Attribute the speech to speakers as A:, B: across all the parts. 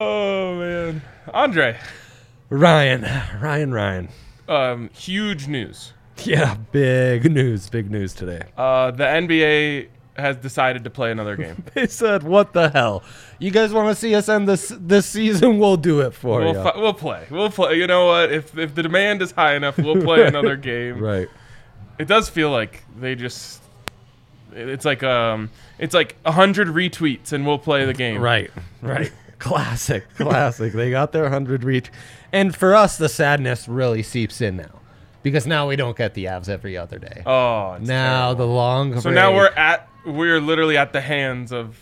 A: Oh, Andre,
B: Ryan, Ryan, Ryan.
A: um, huge news.
B: Yeah, big news, big news today.
A: Uh, the NBA has decided to play another game.
B: They said, "What the hell? You guys want to see us end this this season? We'll do it for
A: we'll,
B: you."
A: fi- we'll play. We'll play. You know what? If if the demand is high enough, we'll play another game.
B: right.
A: It does feel like they just. it- It's like um, it's like hundred retweets and we'll play the game.
B: Right, right. classic, classic. They got their 100 reach. And for us, the sadness really seeps in now because now we don't get the abs every other day.
A: Oh, it's
B: now
A: terrible.
B: the long
A: So now we're at we're literally at the hands of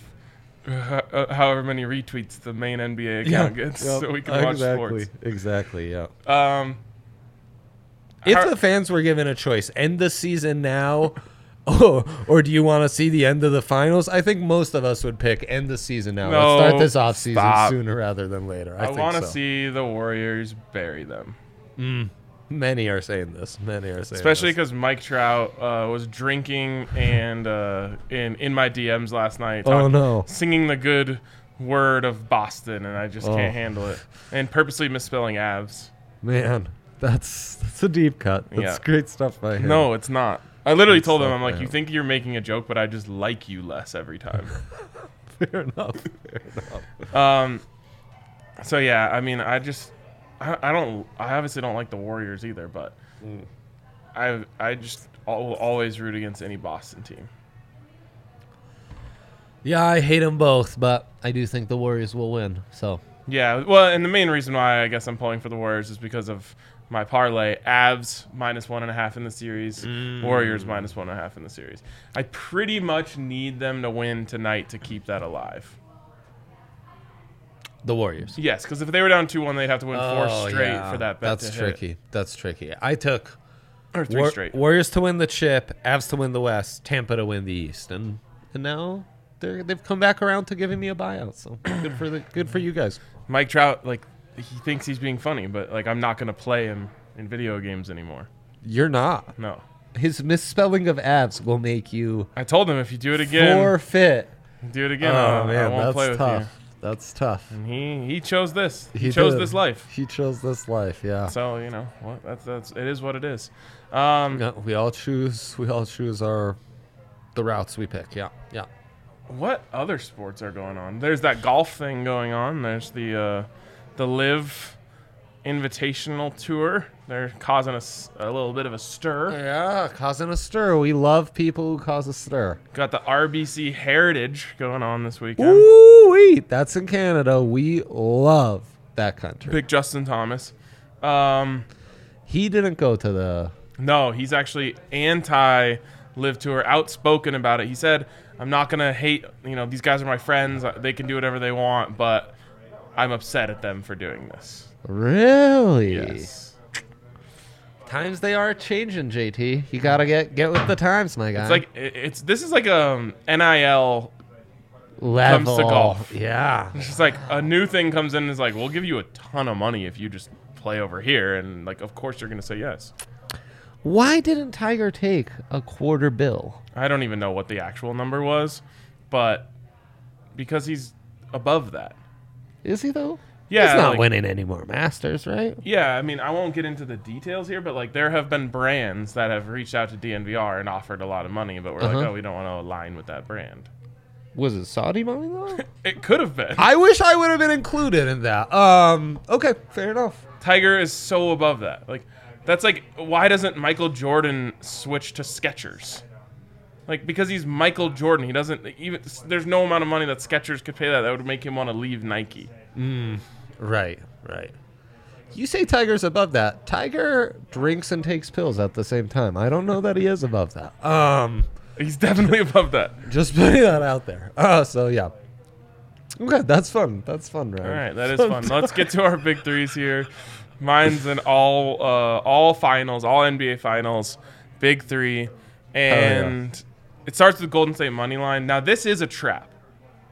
A: uh, however many retweets the main NBA account gets, so we can watch
B: exactly,
A: sports.
B: Exactly, yeah.
A: Um,
B: If
A: How-
B: the fans were given a choice, end the season now or, or do you want to see the end of the finals? I think most of us would pick end the season now.
A: No,
B: Let's start this off season
A: stop.
B: sooner rather than later. I,
A: I,
B: think
A: want to
B: so.
A: see the Warriors bury them,
B: Many are saying this. Many are saying
A: especially
B: this.
A: because Mike Trout uh, was drinking and uh, in in my DMs last night.
B: Oh,
A: talk-
B: no.
A: singing the good word of Boston, and I just
B: Oh.
A: can't handle it, and purposely misspelling abs.
B: Man, that's that's a deep cut. That's
A: Yeah.
B: great stuff by him.
A: No, it's not. I literally told him,
B: not
A: I'm like, you
B: bad.
A: think you're making a joke, but I just like you less every time.
B: fair enough. Fair enough.
A: Um, so yeah, I mean, I just, I, I don't, I obviously don't like the Warriors either, but
B: Mm.
A: I, I just al- will always root against any Boston team.
B: Yeah, I hate them both, but I do think the Warriors will win. So
A: Yeah, well, and the main reason why I guess I'm pulling for the Warriors is because of my parlay: Avs minus one and a half in the series,
B: Mm.
A: Warriors minus one and a half in the series. I pretty much need them to win tonight to keep that alive.
B: the Warriors.
A: Yes, because if they were down two one, they'd have to win four straight for that bet.
B: Oh, That's
A: to hit.
B: tricky. That's tricky. I took
A: Or three
B: War-
A: straight.
B: Warriors to win the chip, Avs to win the West, Tampa to win the East, and and now they're, they've come back around to giving me a buyout. So good for the good for you guys.
A: Mike Trout, like he thinks he's being funny, but like I'm not gonna play him in video games anymore.
B: You're not.
A: No,
B: His misspelling of Avs will make you
A: I told him if you do it again,
B: forfeit.
A: do it
B: Oh,
A: again, I, I won't play with
B: That's tough.
A: you. He he chose this. He,
B: He
A: chose
B: did.
A: this life.
B: He chose this life. Yeah.
A: So you know what? That's that's it is what it is. Um,
B: Yeah, we all choose. We all choose our the routes we pick. Yeah, yeah.
A: what other sports are going on? There's that golf thing going on. There's the uh, the live invitational tour. They're causing us a little bit of a stir.
B: Yeah, causing a stir. We love people who cause a stir.
A: Got the RBC Heritage going on this weekend.
B: Ooh, wait, that's in Canada. We love that country.
A: Pick Justin Thomas. Um,
B: He didn't go to the.
A: no, he's actually anti live tour, outspoken about it. He said, "I'm not gonna hate. You know, these guys are my friends. They can do whatever they want, but I'm upset at them for doing this."
B: Really?
A: Yes.
B: Times they are changing, JT. You gotta get get with the times, my guy.
A: It's like it- it's this is like um NIL.
B: level.
A: golf.
B: Yeah.
A: It's just like a new thing comes in and is like, "We'll give you a ton of money if you just play over here," and like, of course you're gonna say yes.
B: Why didn't Tiger take a quarter bill?
A: I don't even know what the actual number was, but because he's above that.
B: Is he though?
A: Yeah,
B: He's not
A: like-
B: winning any more Masters, right?
A: Yeah, I mean, I won't get into the details here, but like there have been brands that have reached out to DNVR and offered a lot of money, but we're like,
B: Uh-huh.
A: oh, we don't want to align with that brand.
B: Was it Saudi money though?
A: It could have been.
B: I wish I would have been included in that. Um. Okay. Fair enough.
A: Tiger is so above that. Like, that's like, why doesn't Michael Jordan switch to Skechers? Like, because he's Michael Jordan, he doesn't even. There's no amount of money that Skechers could pay that that would make him want to leave Nike.
B: Right. Right. You say Tiger's above that. Tiger drinks and takes pills at the same time. I don't know that he is above that. Um.
A: He's definitely above that.
B: Just putting that out there. Uh. So yeah. Okay. That's fun. That's fun, right?
A: All right, that is fun. Let's get to our big threes here. Mine's an all uh, all finals, all NBA finals, big three, and it starts with Golden State money line. Now this is a trap,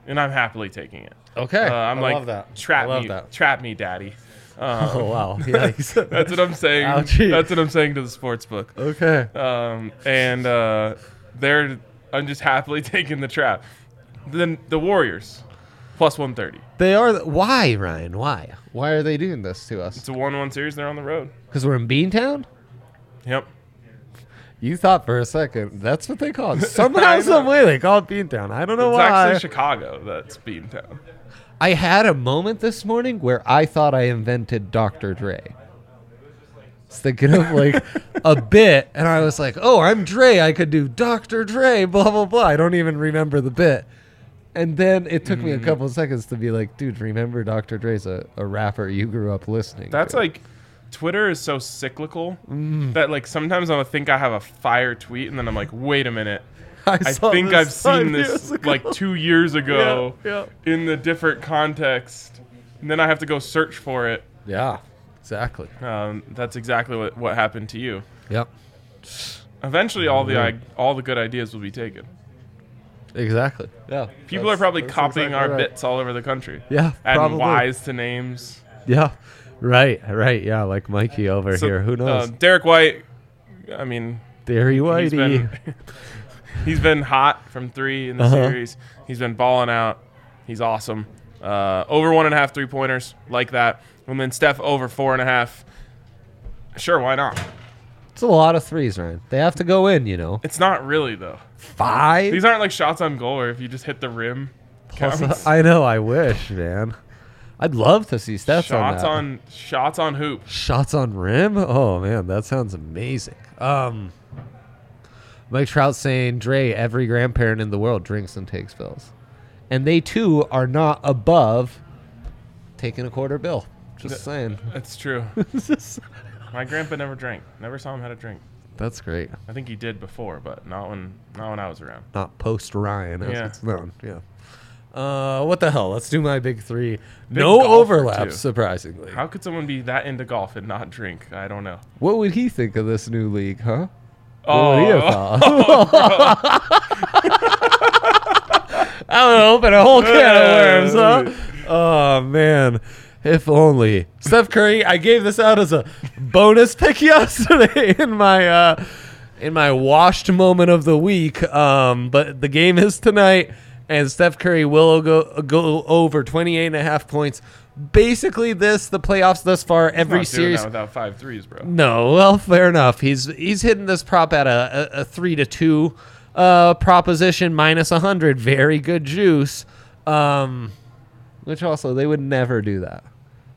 A: and I'm happily taking it.
B: Okay.
A: Uh, I'm
B: I
A: like
B: love that.
A: trap
B: I love
A: me,
B: that.
A: trap me, daddy. Um,
B: Oh wow. Yikes.
A: that's what I'm saying.
B: Ouchie.
A: That's what I'm saying to the sports book.
B: okay.
A: Um, and uh, they're I'm just happily taking the trap. Then the Warriors, plus 130.
B: They are. The, why, Ryan? Why? Why are they doing this to us?
A: It's a one-one series. They're on the road.
B: Because we're in Beantown?
A: Yep.
B: You thought for a second that's what they call it. Somehow, some way, they call it Beantown. I don't know
A: It's
B: why.
A: actually Chicago that's Beantown.
B: I had a moment this morning where I thought I invented Dr. Dre. I was thinking of like a bit, and I was like, oh, I'm Dre. I could do Dr. Dre, blah, blah, blah. I don't even remember the bit. And then it took
A: Mm-hmm.
B: me a couple of seconds to be like, dude, remember Dr. Dre's a, a rapper you grew up listening
A: That's
B: to.
A: like Twitter is so cyclical
B: Mm.
A: that like sometimes I'll think I have a fire tweet and then I'm like, wait a minute. I
B: saw
A: think
B: this
A: I've seen
B: five
A: this
B: years ago.
A: like two years ago
B: Yeah,
A: in the different context. And then I have to go search for it.
B: Yeah, exactly.
A: Um, that's exactly what, what happened to you.
B: Yep.
A: Eventually, all the I- all the good ideas will be taken.
B: Exactly. Yeah.
A: People
B: that's-
A: are probably
B: that's
A: copying
B: exactly
A: our
B: right.
A: bits all over the country.
B: Yeah,
A: Adding
B: probably.
A: whys to names.
B: Yeah. Right, right. Yeah, like Mikey over
A: So,
B: here. Who knows?
A: uh, Derek White. I mean,
B: Derry
A: he's
B: Whitey.
A: been he's been hot from three in the
B: Uh-huh.
A: series. He's been balling out. He's awesome. Uh, over one and a half three pointers like that, and then Steph over four and a half. Sure, why not?
B: It's a lot of threes, Ryan. They have to go in, you know.
A: It's not really though.
B: Five.
A: These aren't like shots on goal, where if you just hit the rim,
B: Plus, uh,
A: counts.
B: I know. I wish, man. I'd love to see stats on
A: shots
B: that.
A: on shots on hoop.
B: shots on rim. Oh man, that sounds amazing. Um, Mike Trout saying Dre, every grandparent in the world drinks and takes pills, and they too are not above taking a quarter bill. Just saying.
A: That's true. My grandpa never drank. Never saw him had a drink.
B: That's great.
A: I think he did before, but not when not when I was around.
B: Not post Ryan as
A: Yeah.
B: it's known. Yeah. Uh, what the hell? Let's do my big three.
A: golfer,
B: no overlap,
A: too.
B: surprisingly.
A: How could someone be that into golf and not drink? I don't know.
B: What would he think of this new league, huh? What would he have
A: Oh,
B: thought? I would open a whole can of worms, huh? Oh man. If only. Steph Curry, I gave this out as a bonus pick yesterday in my uh in my washed moment of the week. Um, but the game is tonight, and Steph Curry will go go over 28 and a half points. Basically, this the playoffs thus far, every
A: not doing
B: series
A: Oh, that without five threes, bro.
B: no, well, fair enough. He's he's hitting this prop at a, a, a three to two uh, proposition minus hundred. Very good juice. Um, which also they would never do that.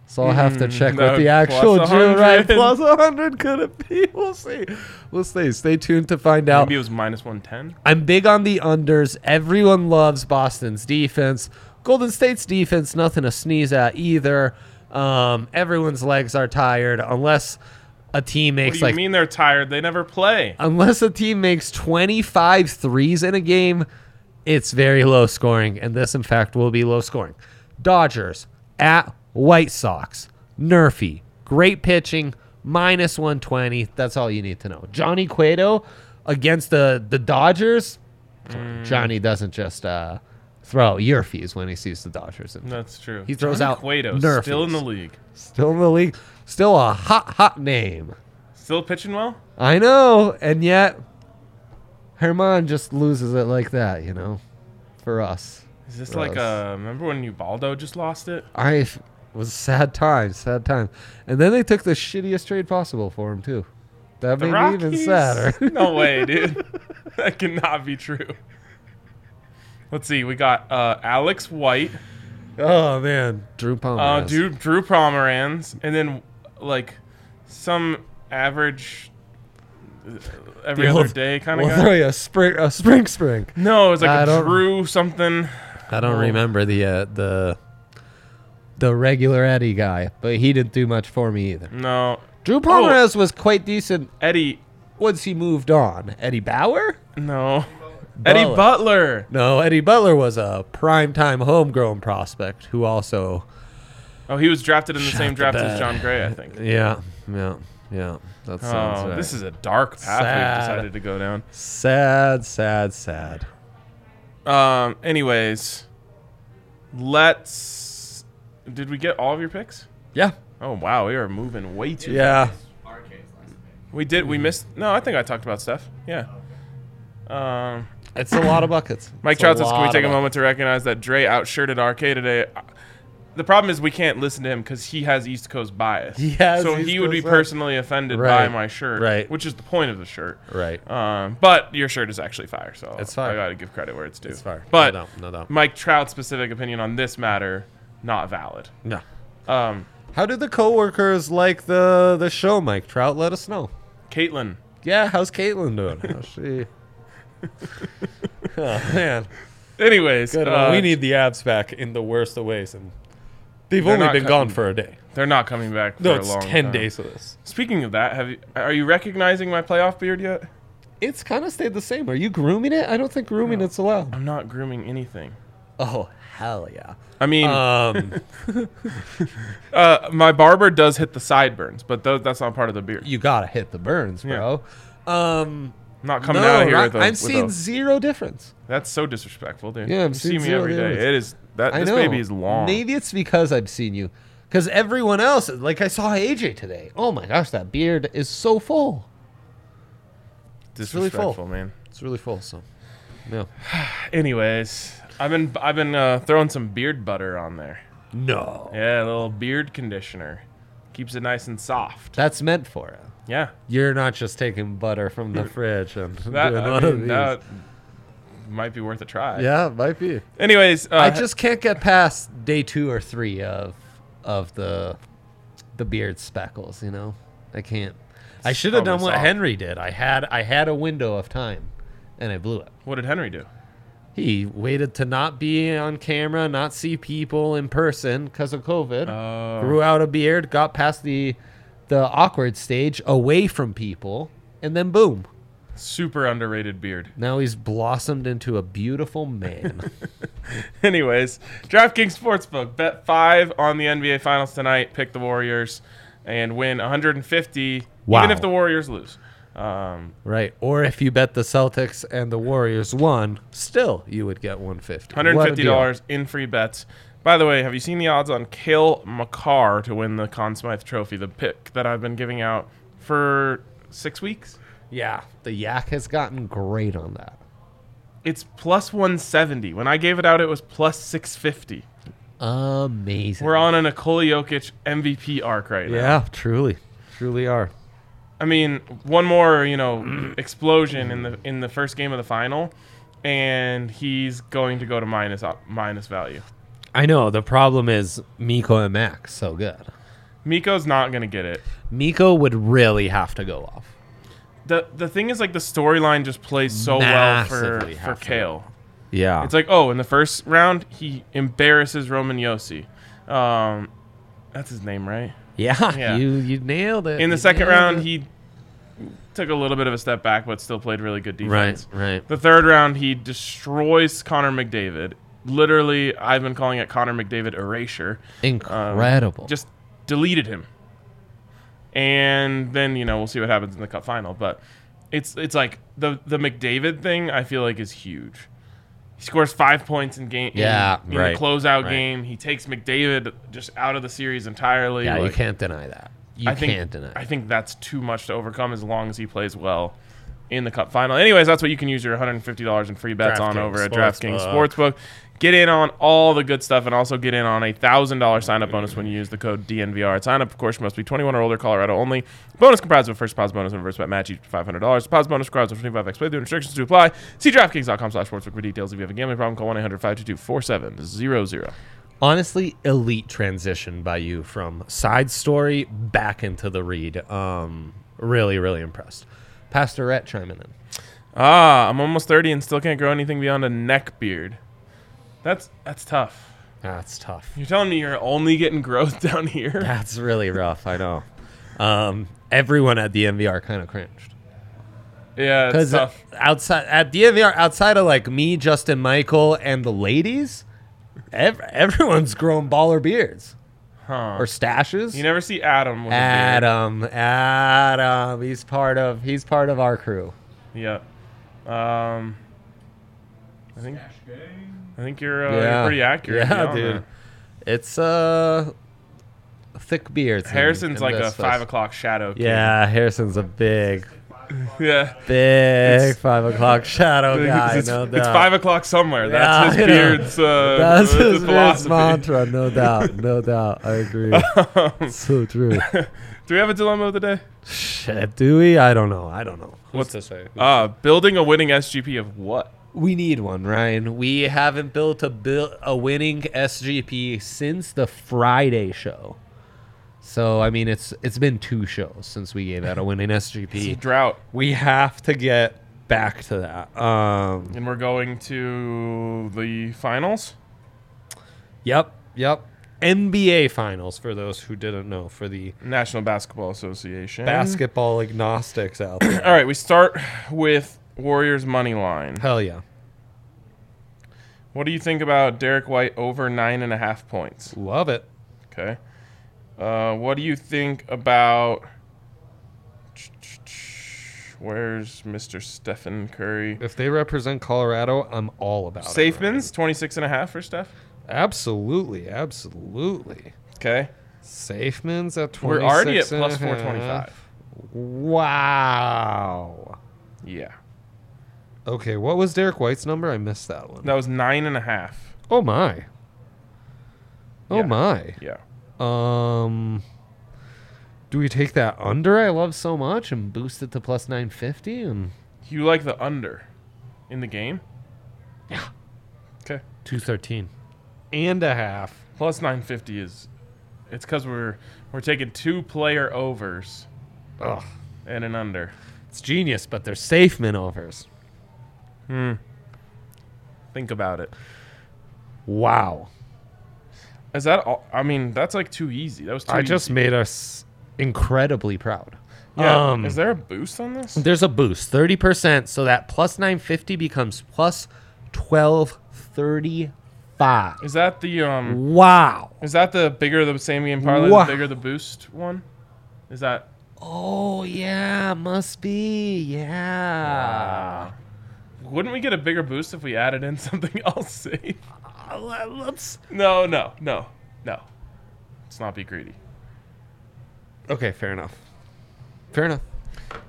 B: So I'll have to check
A: Hmm, no,
B: what the actual
A: plus
B: Jew
A: 100.
B: right plus hundred could it be? We'll see. We'll see. Stay tuned to find out.
A: Maybe it was minus one ten.
B: I'm big on the unders. Everyone loves Boston's defense. Golden State's defense, nothing to sneeze at either. Um, everyone's legs are tired unless a team
A: What do
B: makes
A: you
B: like
A: mean they're tired? They never play.
B: unless a team makes 25 threes in a game, it's very low scoring, and this, in fact, will be low scoring. Dodgers at White Sox. Nerfy, great pitching, minus 120. That's all you need to know. Johnny Cueto against the the Dodgers. Johnny doesn't just uh, throw Yerfies when he sees the Dodgers.
A: That's true.
B: He throws out
A: Cueto,
B: Nerfs.
A: still in the league,
B: Still in the league, still a hot hot name.
A: still pitching well.
B: I know, and yet Herman just loses it like that, you know, for us.
A: Is this
B: For
A: like
B: us.
A: uh Remember when Ubaldo just lost it?
B: I f- was sad time, sad time, and then they took the shittiest trade possible for him too. That
A: The
B: made
A: Rockies.
B: me even sadder.
A: no way, dude. that cannot be true. Let's see. We got uh, Alex White,
B: oh man, Drew Palmer.
A: uh,
B: has-
A: Drew, Drew Pomeranz, and then like some average uh, every
B: We'll-
A: other day kind of
B: We'll
A: guy.
B: throw you a spring, a spring, spring.
A: No, it's
B: I
A: like a
B: don't-
A: Drew something.
B: I
A: Oh.
B: don't remember the uh, the the regular Eddie guy, but he didn't do much for me either.
A: No,
B: Drew
A: Oh.
B: Pomeranz was quite decent
A: Eddie.
B: once he moved on. Eddie Bauer.
A: No, Eddie Butler.
B: No, Eddie Butler was a primetime homegrown prospect who also
A: Oh, he was drafted in the
B: Shot
A: same
B: the
A: draft as
B: bed.
A: John Gray, I think.
B: Yeah, yeah, yeah. That sounds
A: Oh,
B: right.
A: this is a dark path
B: Sad.
A: we've decided to go down.
B: sad, sad, sad.
A: Um. Anyways, let's. Did we get all of your picks?
B: Yeah.
A: Oh wow, we are moving way too.
B: Yeah.
A: We did. We missed. No, I think I talked about Steph. Yeah. Um.
B: It's a lot of buckets.
A: Mike
B: It's
A: Trout says, "Can we
B: lot
A: take a
B: of
A: moment to recognize that Dre outshirted RK today?" the problem is we can't listen to him because he has East Coast bias.
B: He has
A: so
B: East
A: he would be
B: Coast bias.
A: personally offended by
B: Right.
A: my shirt,
B: Right.
A: Which is the point of the shirt,
B: Right.
A: Um, but your shirt is actually fire, so
B: It's fire.
A: I gotta give credit where it's due.
B: It's fire.
A: But
B: No doubt, no doubt.
A: Mike Trout's specific opinion on this matter not valid.
B: No.
A: Um,
B: How did the coworkers like the the show, Mike Trout? Let us know.
A: Caitlin,
B: Yeah, how's Caitlin doing? How's she? oh man,
A: anyways,
B: good.
A: uh,
B: one. we need the apps back in the worst of ways, and they've
A: They're
B: only
A: not
B: been
A: cutting-
B: gone for a day.
A: they're not coming back. For
B: No,
A: a
B: it's
A: long
B: ten
A: time.
B: days of this.
A: Speaking of that, have you, are you recognizing my playoff beard yet?
B: It's kind of stayed the same. Are you grooming it? I don't think grooming it's allowed.
A: I'm not grooming anything.
B: Oh hell yeah.
A: I mean,
B: Um,
A: uh, my barber does hit the sideburns, but tho- that's not part of the beard.
B: you gotta hit the burns,
A: Yeah.
B: bro. Um,
A: I'm not coming
B: no,
A: out of here
B: not-
A: with a.
B: I'm
A: with
B: seeing
A: a-
B: zero difference.
A: That's so disrespectful, dude.
B: Yeah, I'm
A: you see
B: seeing
A: me
B: zero
A: every day.
B: damage.
A: It is that
B: I
A: this
B: know.
A: baby is long.
B: Maybe it's because I've seen you. Because everyone else, like I saw AJ today. Oh my gosh, that beard is so full. really full.
A: disrespectful, man.
B: It's really full. So, no,
A: Anyways, I've been I've been uh, throwing some beard butter on there.
B: no,
A: Yeah, a little beard conditioner keeps it nice and soft.
B: that's meant for it.
A: Yeah,
B: You're not just taking butter from the fridge and
A: that,
B: doing
A: I
B: one of
A: mean,
B: these.
A: that might be worth a try.
B: yeah, it might be.
A: Anyways, uh,
B: I just can't get past day two or three of of the the beard speckles. You know, I can't. I should have done
A: probably
B: what
A: soft.
B: Henry did. I had I had a window of time, and I blew it.
A: what did Henry do?
B: He waited to not be on camera, not see people in person because of COVID.
A: Oh.
B: Grew out a beard, got past the the awkward stage, away from people, and then boom.
A: Super underrated beard.
B: Now he's blossomed into a beautiful man.
A: Anyways, DraftKings Sportsbook bet five on the NBA Finals tonight. Pick the Warriors and win 150,
B: Wow.
A: even if the Warriors lose. Um,
B: right. Or if you bet the Celtics and the Warriors won, still you would get 150. What a deal.
A: $150 in free bets. By the way, have you seen the odds on Kale McCarr to win the Conn Smythe Trophy, the pick that I've been giving out for six weeks?
B: Yeah. The yak has gotten great on that.
A: It's plus 170. When I gave it out, it was plus 650.
B: Amazing.
A: We're on a Nikola Jokic MVP arc right now.
B: Yeah, truly. Truly are.
A: I mean, one more, you
B: Mm.
A: know, explosion in the in the first game of the final, and he's going to go to minus op- minus value.
B: I know. The problem is Miko and Max so good.
A: Miko's not going to get it.
B: Miko would really have to go off.
A: the The thing is, like, the storyline just plays so well for
B: Massively
A: for
B: have to.
A: Kale.
B: Yeah.
A: It's like, oh, in the first round, he embarrasses Roman Yossi. Um, that's his name, right?
B: yeah,
A: yeah.
B: You you nailed it.
A: In the
B: You
A: second
B: nailed
A: round,
B: it.
A: he took a little bit of a step back, but still played really good defense.
B: Right, right.
A: The third round, he destroys Connor McDavid. Literally, I've been calling it Connor McDavid erasure.
B: Incredible.
A: um, Just deleted him. And then you know we'll see what happens in the cup final, but it's it's like the the McDavid thing I feel like is huge. He scores five points in game. in-
B: Yeah,
A: in,
B: right,
A: the closeout
B: right.
A: game, he takes McDavid just out of the series entirely.
B: yeah, you
A: Like,
B: can't deny that. You
A: I think
B: can't deny.
A: I
B: it.
A: think that's too much to overcome as long as he plays well in the cup final. Anyways, that's what you can use your $150 in free bets on
B: DraftKings
A: over at DraftKings
B: Sportsbook.
A: Sportsbook. Get in on all the good stuff and also get in on a $1,000 sign up bonus when you use the code DNVR. At sign up, of course, you must be 21 or older, Colorado only. Bonus comprised of a first deposit bonus and reverse bet match each $500. Deposit bonus requires a 25x playthrough. Restrictions to apply. See DraftKings.com slash sportsbook for details. If you have a gambling problem, call 1 800 522 4700.
B: Honestly, elite transition by you from side story back into the read. Um, really, really impressed. Pastor Rhett chiming in.
A: Ah, I'm almost 30 and still can't grow anything beyond a neck beard. That's that's tough.
B: That's tough.
A: You're telling me you're only getting growth down here?
B: That's really rough. I know. Um, everyone at the MVR kind of cringed.
A: Yeah, it's
B: Because
A: tough.
B: outside at DNVR, outside of like me, Justin Michael, and the ladies, ev- everyone's grown baller beards
A: Huh.
B: or stashes.
A: You never see Adam with a beard.
B: Adam, Adam, he's part of he's part of our crew.
A: Yeah. Um, I think I think you're, uh, you're
B: yeah,
A: pretty accurate.
B: Yeah,
A: beyond
B: dude,
A: that.
B: it's uh thick beards. in-
A: Harrison's
B: in
A: like a
B: this
A: five
B: place.
A: o'clock shadow. kid.
B: Yeah, Harrison's a big
A: Yeah.
B: Big
A: It's-
B: five o'clock shadow guy.
A: it's,
B: no
A: it's
B: doubt.
A: five o'clock somewhere.
B: Yeah,
A: That's
B: you
A: his
B: know.
A: beard's. Uh, that's
B: That's his
A: his
B: man's
A: philosophy. Um,
B: mantra, no doubt, no doubt. I agree. so true.
A: Do we have a dilemma of the day?
B: Shit, do we? I don't know. I don't know.
C: What's to say?
A: Uh, building a winning SGP of what?
B: We need one, Ryan. We haven't built a bil- a winning SGP since the Friday show. So I mean, it's it's been two shows since we gave out a winning SGP.
A: Drought.
B: We have to get back to that. Um.
A: And we're going to the finals.
B: Yep. Yep. NBA finals for those who didn't know for the
A: National Basketball Association.
B: Mm-hmm. basketball agnostics out there.
A: All right, we start with Warriors money line.
B: Hell yeah.
A: What do you think about Derek White over nine and a half points?
B: Love it.
A: Okay. Uh, what do you think about? Where's Mr. Stephen Curry?
C: If they represent Colorado, I'm all about it. Ryan.
A: Safeman's 26 and a half for Steph.
C: Absolutely, absolutely.
A: Okay.
C: Safeman's at 26
A: We're already at
C: and
A: plus
C: a half.
A: 425.
C: Wow.
A: Yeah.
C: Okay, what was Derek White's number? I missed that one.
A: That was nine and a half.
C: Oh my. Oh
A: Yeah.
C: my.
A: Yeah.
C: Um Do we take that under I love so much and boost it to plus 950 and
A: You like the under in the game?
C: Yeah.
A: Okay.
B: 213.
C: and a half.
A: Plus 950 is it's cuz we're we're taking two player overs
C: Ugh.
A: and an under.
B: It's genius, but they're safe men offers.
A: Hmm. Think about it.
C: Wow.
A: Is that all? I mean, that's like too easy. That was too
C: I just
A: easy.
C: made us incredibly proud.
A: Yeah.
B: um,
A: is there a boost on this?
B: There's a boost, 30%. So that plus 950 becomes plus 1235.
A: Is that the um
B: Wow.
A: is that the bigger the same game parlay,
B: Wow.
A: the bigger the boost one? Is that
B: Oh, yeah. Must be. Yeah.
A: wouldn't we get a bigger boost if we added in something else safe?
B: Uh, let- Let's.
A: No, no, no, no. Let's not be greedy.
C: Okay, fair enough. Fair enough.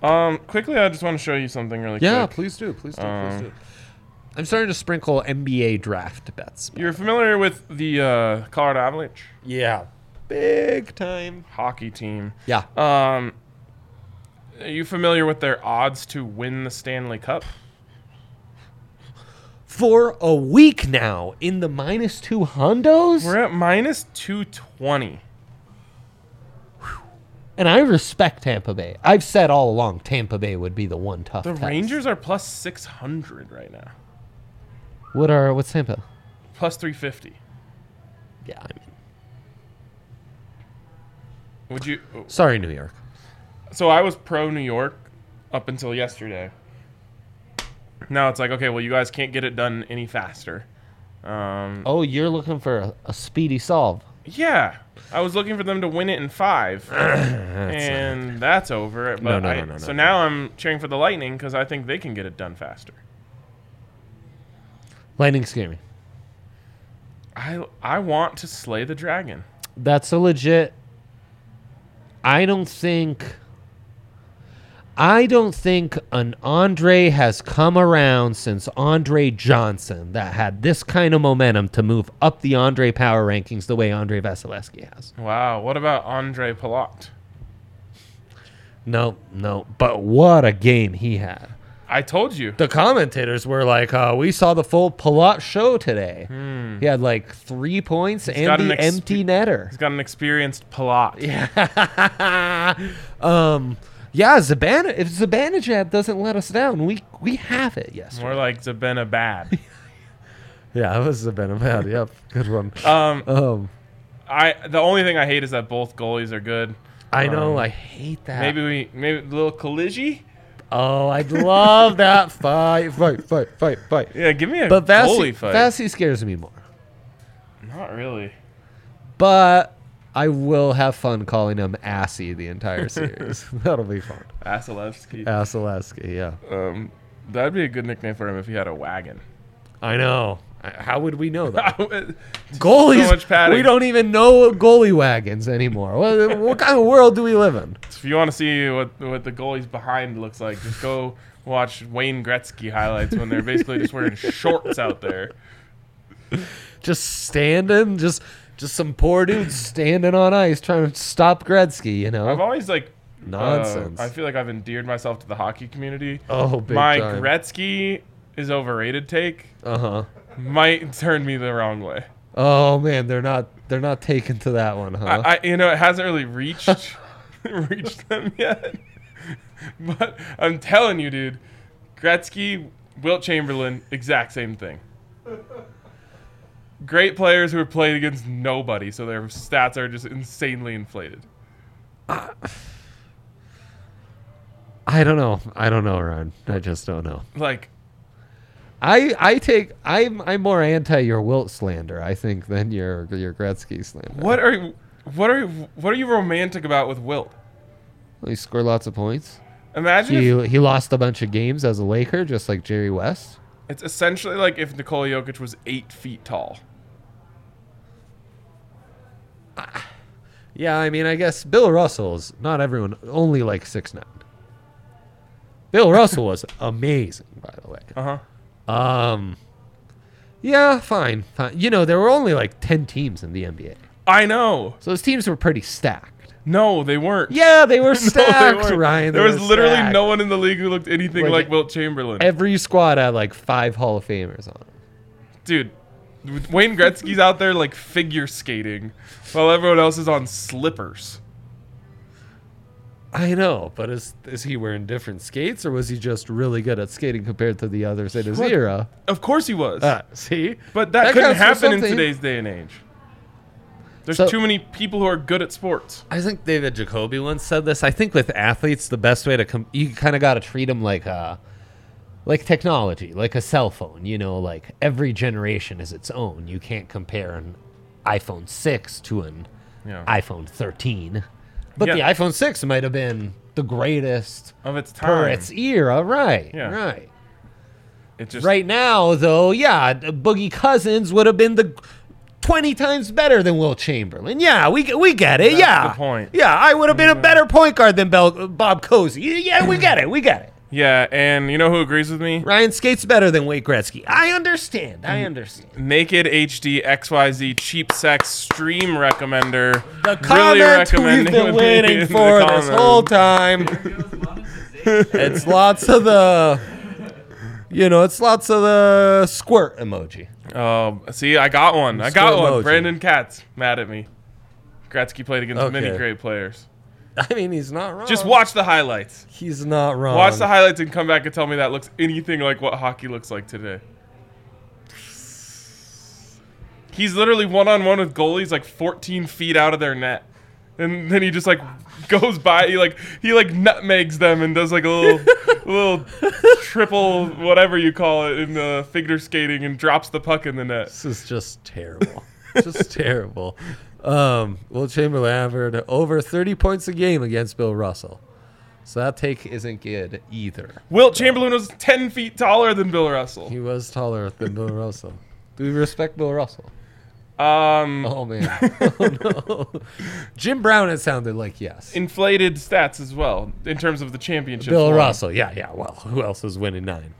A: Um, quickly, I just want to show you something really
C: Yeah,
A: quick.
C: please do. Please do.
A: Um,
C: please do.
B: I'm starting to sprinkle NBA draft bets.
A: You're familiar with the uh, Colorado Avalanche
B: Yeah.
C: Big time.
A: hockey team.
B: Yeah.
A: Um, are you familiar with their odds to win the Stanley Cup?
B: For a week now in the minus two hondos.
A: We're at minus 220.
B: And I respect Tampa Bay. I've said all along Tampa Bay would be the one tough.
A: The
B: test.
A: Rangers are plus 600 right now,
B: What are what's Tampa?
A: plus 350.
B: Yeah, I mean,
A: Would you? oh,
B: sorry, New York.
A: So I was pro New York up until yesterday. Now it's like, okay, well, you guys can't get it done any faster. Um,
B: Oh, you're looking for a, a speedy solve.
A: Yeah, I was looking for them to win it in five, and that's over. But
B: No, no,
A: I-
B: no, no, no,
A: so
B: no.
A: now I'm cheering for the Lightning because I think they can get it done faster.
B: Lightning scare me.
A: I I want to slay the dragon.
B: That's a legit. I don't think. I don't think an Andre has come around since Andre Johnson that had this kind of momentum to move up the Andre power rankings the way Andre Vasilevsky has.
A: Wow, what about Andre Palat?
B: No, no, but what a game he had.
A: I told you.
B: the commentators were like, uh, "We saw the full Palat show today. He had like three points
A: got
B: and the
A: an exp-
B: empty netter."
A: He's got an experienced Palat.
B: um, yeah, Zabana. If Zabanajad doesn't let us down, we we have it. Yes.
A: More like Zabena Bad.
B: Yeah, it was Zabanajad. yep, good one.
A: Um,
B: Um,
A: I the only thing I hate is that both goalies are good.
B: I know. I hate that.
A: Maybe we maybe a little collision.
B: Oh, I'd love that fight, fight, fight, fight, fight.
A: Yeah, give me a
B: But Vasi,
A: goalie fight.
B: Vasi scares me more.
A: Not really.
B: But I will have fun calling him Assy the entire series. That'll be fun.
A: Vasilevsky.
B: Vasilevsky, yeah.
A: Um, that'd be a good nickname for him if he had a wagon.
B: I know. How would we know that?
D: Goalies.
A: much padding.
D: we
B: We
D: don't.
B: don't even know goalie wagons anymore. What, what kind of world do we live in?
A: if you want to see what what the goalies behind looks like, just go watch Wayne Gretzky highlights when they're basically just wearing shorts out there.
B: Just standing, just just some poor dude standing on ice trying to stop Gretzky. You know,
A: I've always like uh,
B: Nonsense.
A: I feel like I've endeared myself to the hockey community.
B: oh, big
A: My
B: time.
A: Gretzky is overrated take
B: uh huh.
A: might turn me the wrong way.
B: Oh man, they're not they're not taken to that one, huh?
A: I, I you know it hasn't really reached reached them yet. but I'm telling you, dude, Gretzky, Wilt Chamberlain, exact same thing. Great players who have played against nobody, so their stats are just insanely inflated.
B: I don't know. I don't know, Ron. I just don't know.
A: Like
B: I I take I'm I'm more anti your Wilt slander, I think, than your your Gretzky slander.
A: what are what are what are you romantic about with Wilt?
B: He scored lots of points.
A: Imagine if,
B: He he lost a bunch of games as a Laker, just like Jerry West.
A: it's essentially like if Nikola Jokic was eight feet tall.
B: Yeah, I mean, I guess Bill Russell's not everyone only like six nine. Bill Russell was amazing, by the way.
A: Uh huh.
B: Um, yeah, fine, fine. You know, there were only like ten teams in the NBA,
A: I know.
B: so those teams were pretty stacked.
A: No, they weren't.
B: Yeah, they were
A: No, they
B: stacked,
A: weren't.
B: Ryan. they
A: There was
B: were
A: literally
B: stacked.
A: no one in the league who looked anything
B: Like,
A: like, Wilt Chamberlain.
B: Every squad had like five Hall of Famers on it.
A: Dude, Wayne Gretzky's out there like figure skating while everyone else is on slippers.
B: I know, but is is he wearing different skates or was he just really good at skating compared to the others in his
A: What?
B: era?
A: Of course he was.
B: Ah, see,
A: Uh, but that,
B: that
A: couldn't
B: counts for
A: happen in
B: something.
A: today's day and age. There's
B: So-
A: too many people who are good at sports.
D: I think David Jacoby once said this. I think with athletes, the best way to come,
B: you kind of got to treat him like a like technology, like a cell phone. You know, like every generation is its own. You can't compare an iPhone six to an
A: Yeah.
B: iPhone thirteen, but
A: Yeah.
B: the iPhone six might have been the greatest
A: of its
B: per
A: time.
B: its era. Right,
A: Yeah.
B: right.
A: it just
B: Right now, though, yeah, Boogie Cousins would have been the twenty times better than Will Chamberlain. Yeah, we get- we get it. yeah,
A: the point.
B: Yeah, I would have been a better point guard than Bel- Bob Cozy. Yeah, we get it. We get it.
A: Yeah, and you know who agrees with me?
B: Ryan skates better than Wade Gretzky. I understand.
A: Mm.
B: I understand.
A: Naked HD XYZ cheap sex stream recommender.
B: The comment we've
A: recommending
B: been
A: with
B: waiting
A: the
B: for this
A: comments.
B: whole time. it's lots of the, you know, it's lots of the squirt emoji.
A: Oh, see, I got one. I
B: Still
A: got
B: emoji.
A: one. Brandon Katz mad at me. Gretzky played against many
B: Okay.
A: great players.
B: I mean, he's not wrong.
A: Just watch the highlights.
B: He's not wrong.
A: Watch the highlights and come back and tell me that looks anything like what hockey looks like today. He's literally one on one with goalies like 14 feet out of their net. And then he just like goes by, he like he like nutmegs them and does like a little little triple whatever you call it in uh, figure skating and drops the puck in the net.
D: This is just terrible. just terrible. Um, Will Chamberlain averaged over 30 points a game against Bill Russell. So that take isn't good either.
A: Wilt Chamberlain was 10 feet taller than Bill Russell.
D: He was taller than Bill Russell.
B: Do we respect Bill Russell?
A: Um,
B: Oh man. oh, no. Jim Brown. It sounded like yes.
A: Inflated stats as well in terms of the championship.
B: Bill
A: won.
B: Russell. Yeah, yeah. Well, who else is winning nine?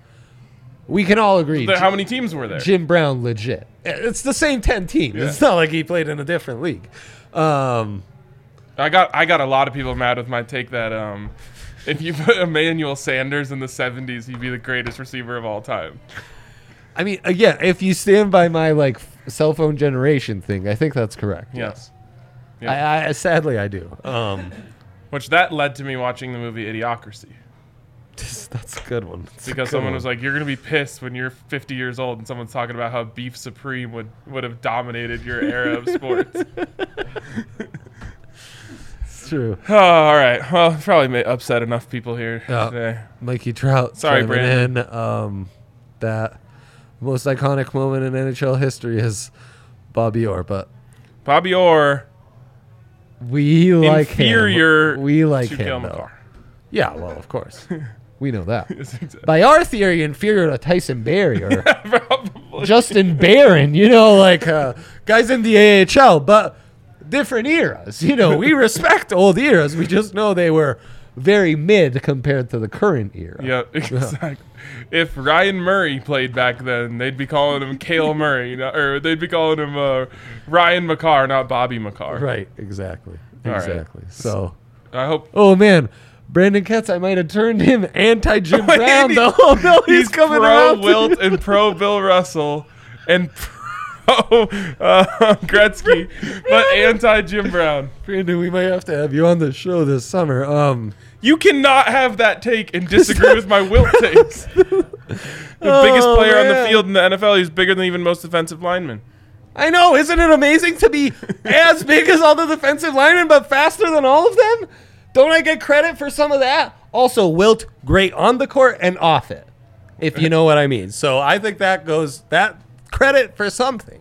B: We can all agree.
A: There-
B: Jim-
A: How many teams were there?
B: Jim Brown legit. It's the same 10 teams. It's
A: Yeah.
B: not like he played in a different league. Um,
A: I got I got a lot of people mad with my take that um, if you put Emmanuel Sanders in the 70s, he'd be the greatest receiver of all time.
B: I mean, again, if you stand by my like f- cell phone generation thing, I think that's correct.
A: Yes. Yeah.
B: I, I sadly I do. Um,
A: Which that led to me watching the movie Idiocracy
B: that's a good one. That's a
A: because
B: good
A: someone
B: one.
A: was like, "You're gonna be pissed when you're 50 years old," and someone's talking about how beef supreme would would have dominated your era of sports.
B: "It's true."
A: Oh, all right. Well, probably may upset enough people here
B: Yeah.
A: today.
B: Mikey Trout.
A: Sorry,
B: chiming
A: Brandon.
B: in, um, that most iconic moment in NHL history is Bobby Orr, but
A: Bobby Orr,
B: we like him.
A: inferior
B: We like
A: to
B: him
A: Kale
B: though.
A: McCarr.
B: Yeah, well, of course. We know that.
A: Yes, exactly.
B: By our theory, inferior to Tyson Berry or
A: Probably.
B: Justin Barron, you know, like uh, guys in the AHL, but different eras. You know, we respect old eras. We just know they were very mid compared to the current era.
A: Yep, exactly. If Ryan Murray played back then, they'd be calling him Kale Murray, no- or they'd be calling him uh, Ryan McCarr, not Bobby McCarr.
B: Right, exactly.
A: right.
B: Exactly. So,
A: I hope
B: oh man, Brandon Katz, I might have turned him anti Jim Brown,
A: he-
B: though. Oh no, he's,
A: he's,
B: coming
A: pro
B: around. to-
A: Wilt and pro Bill Russell and pro uh, Gretzky, but anti Jim Brown.
B: Brandon, we might have to have you on the show this summer. Um,
A: You cannot have that take and disagree with my Wilt takes. The biggest
B: Oh,
A: player on the
B: man.
A: field in the NFL. He's bigger than even most defensive linemen.
B: I know, isn't it amazing to be as big as all the defensive linemen, but faster than all of them? Don't I get credit for some of that? Also, Wilt, great on the court and off it, if you know what I mean. So I think that goes that credit for something.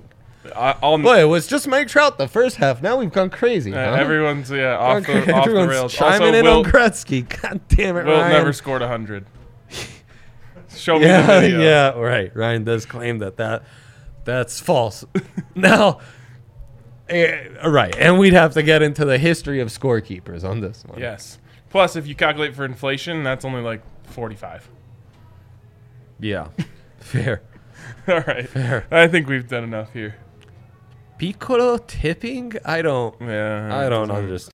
A: I, I'll,
B: Boy, it was just Mike Trout the first half. Now we've gone crazy.
A: uh,
B: huh?
A: everyone's yeah off
B: Okay,
A: the off the
B: everyone's
A: rails.
B: chiming
A: Also,
B: in
A: Wilt,
B: on Gretzky. God damn it,
A: Wilt
B: Ryan.
A: never scored hundred. Show me the
B: yeah,
A: video.
B: yeah, right. Ryan does claim that that that's false. now, eh, right, and we'd have to get into the history of scorekeepers on this one.
A: Yes. Plus, if you calculate for inflation, that's only like forty-five.
B: yeah, fair.
A: All right. I think we've done enough here.
B: Piccolo tipping? I don't.
A: Yeah.
B: I don't
A: Mm, doesn't-